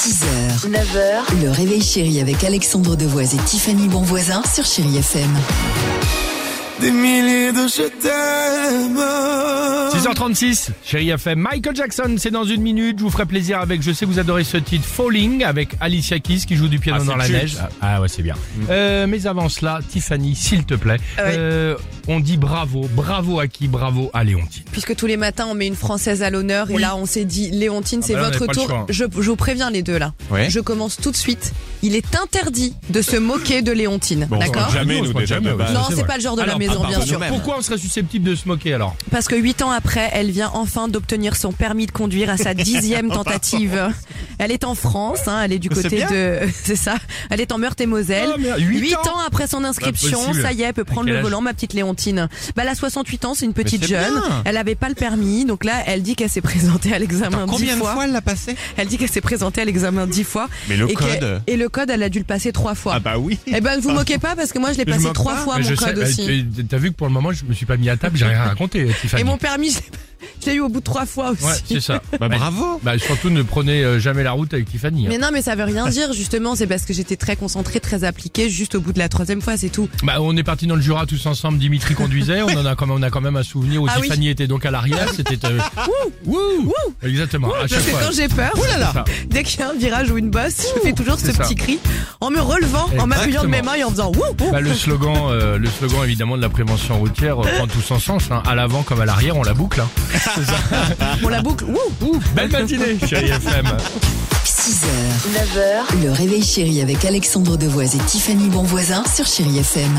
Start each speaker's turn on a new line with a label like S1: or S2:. S1: 6h, 9h, le réveil chéri avec Alexandre Devoise et Tiffany Bonvoisin sur Chérie FM.
S2: Des milliers de je t'aime.
S3: 6h36, chérie FM, Michael Jackson, c'est dans une minute, je vous ferai plaisir avec, je sais que vous adorez ce titre, Falling, avec Alicia Keys qui joue du piano
S2: Ah,
S3: dans la
S2: c'est
S3: neige.
S2: culte.
S3: Ah, ah ouais, c'est bien. Euh, mais avant cela, Tiffany, s'il te plaît,
S4: Ah
S3: euh, on dit bravo, bravo à qui, bravo à Léontine.
S4: puisque tous les matins on met une française à l'honneur et là on s'est dit Léontine c'est
S3: bah là, on
S4: votre
S3: n'avait pas le choix, hein.
S4: tour. Je, je vous préviens les deux là.
S2: Ouais.
S4: Je commence tout de suite. Il est interdit de se moquer de Léontine,
S2: Bon,
S4: d'accord
S2: Jamais, nous,
S3: Ah, on se moque
S2: déjà, de
S3: ouais,
S2: base.
S4: Non, c'est
S3: vrai.
S4: pas le genre de
S3: Alors,
S4: la maison
S2: ah,
S4: bien
S2: pardon,
S4: sûr.
S2: même.
S3: Pourquoi on serait susceptible de se moquer alors
S4: Parce que huit ans après, elle vient enfin d'obtenir son permis de conduire à sa dixième tentative. Elle est en France, hein, elle est du
S2: C'est
S4: côté
S2: bien.
S4: de, c'est ça, elle est en Meurthe-et-Moselle.
S3: Ah, merde, huit
S4: Huit
S3: ans
S4: ans après son inscription,
S3: possible.
S4: ça y est, elle peut prendre
S3: quel
S4: le
S3: âge
S4: volant, ma petite Léontine. Bah, elle a 68 ans, c'est une petite
S2: c'est
S4: jeune.
S2: bien.
S4: Elle avait pas le permis, donc là, elle dit qu'elle s'est présentée à l'examen dix
S2: Combien de
S4: fois.
S2: fois elle l'a passé
S4: Elle dit qu'elle s'est présentée à l'examen dix fois.
S2: Mais le
S4: et qu'elle-
S2: code.
S4: Et le code, elle a dû le passer trois fois.
S2: Ah bah oui.
S4: Eh ben, ne vous moquez pas parce que moi, je l'ai
S2: Je
S4: passé
S2: moque
S4: trois
S2: pas,
S4: fois,
S3: Mais
S4: mon
S3: je
S4: code
S3: sais,
S4: aussi.
S3: euh, T'as vu que pour le moment, je me suis pas mis à table, j'ai rien raconté, euh, Tiffany.
S4: Et mon permis, je l'ai pas- je l'ai eu au bout de trois fois aussi.
S3: Ouais, c'est ça.
S2: Bah bravo.
S3: Bah, surtout ne prenez euh, jamais la route avec Tiffany. hein.
S4: Mais non, mais ça veut rien dire, justement. C'est parce que j'étais très concentrée, très appliquée, juste au bout de la troisième fois, c'est tout.
S3: Bah, on est parti dans le Jura tous ensemble. Dimitri conduisait. On en a quand même, on a quand même un souvenir où
S4: Ah oui.
S3: Tiffany était donc à l'arrière. C'était euh, wouh, exactement. à chaque
S4: Parce que
S3: fois.
S4: quand j'ai peur,
S3: ça.
S4: dès qu'il y a un virage ou une bosse, je fais toujours ce
S3: c'est ça.
S4: petit cri en me relevant, en m'appuyant de mes mains et en faisant wouh, wouh.
S3: Bah, le slogan, euh, le slogan évidemment de la prévention routière euh, prend tout son sens. hein. À l'avant comme à l'arrière, on la boucle. hein.
S4: On la boucle, wouh.
S3: Belle matinée, chérie FM.
S1: 6h, 9h, le réveil chéri avec Alexandre Devoise et Tiffany Bonvoisin sur Chérie FM.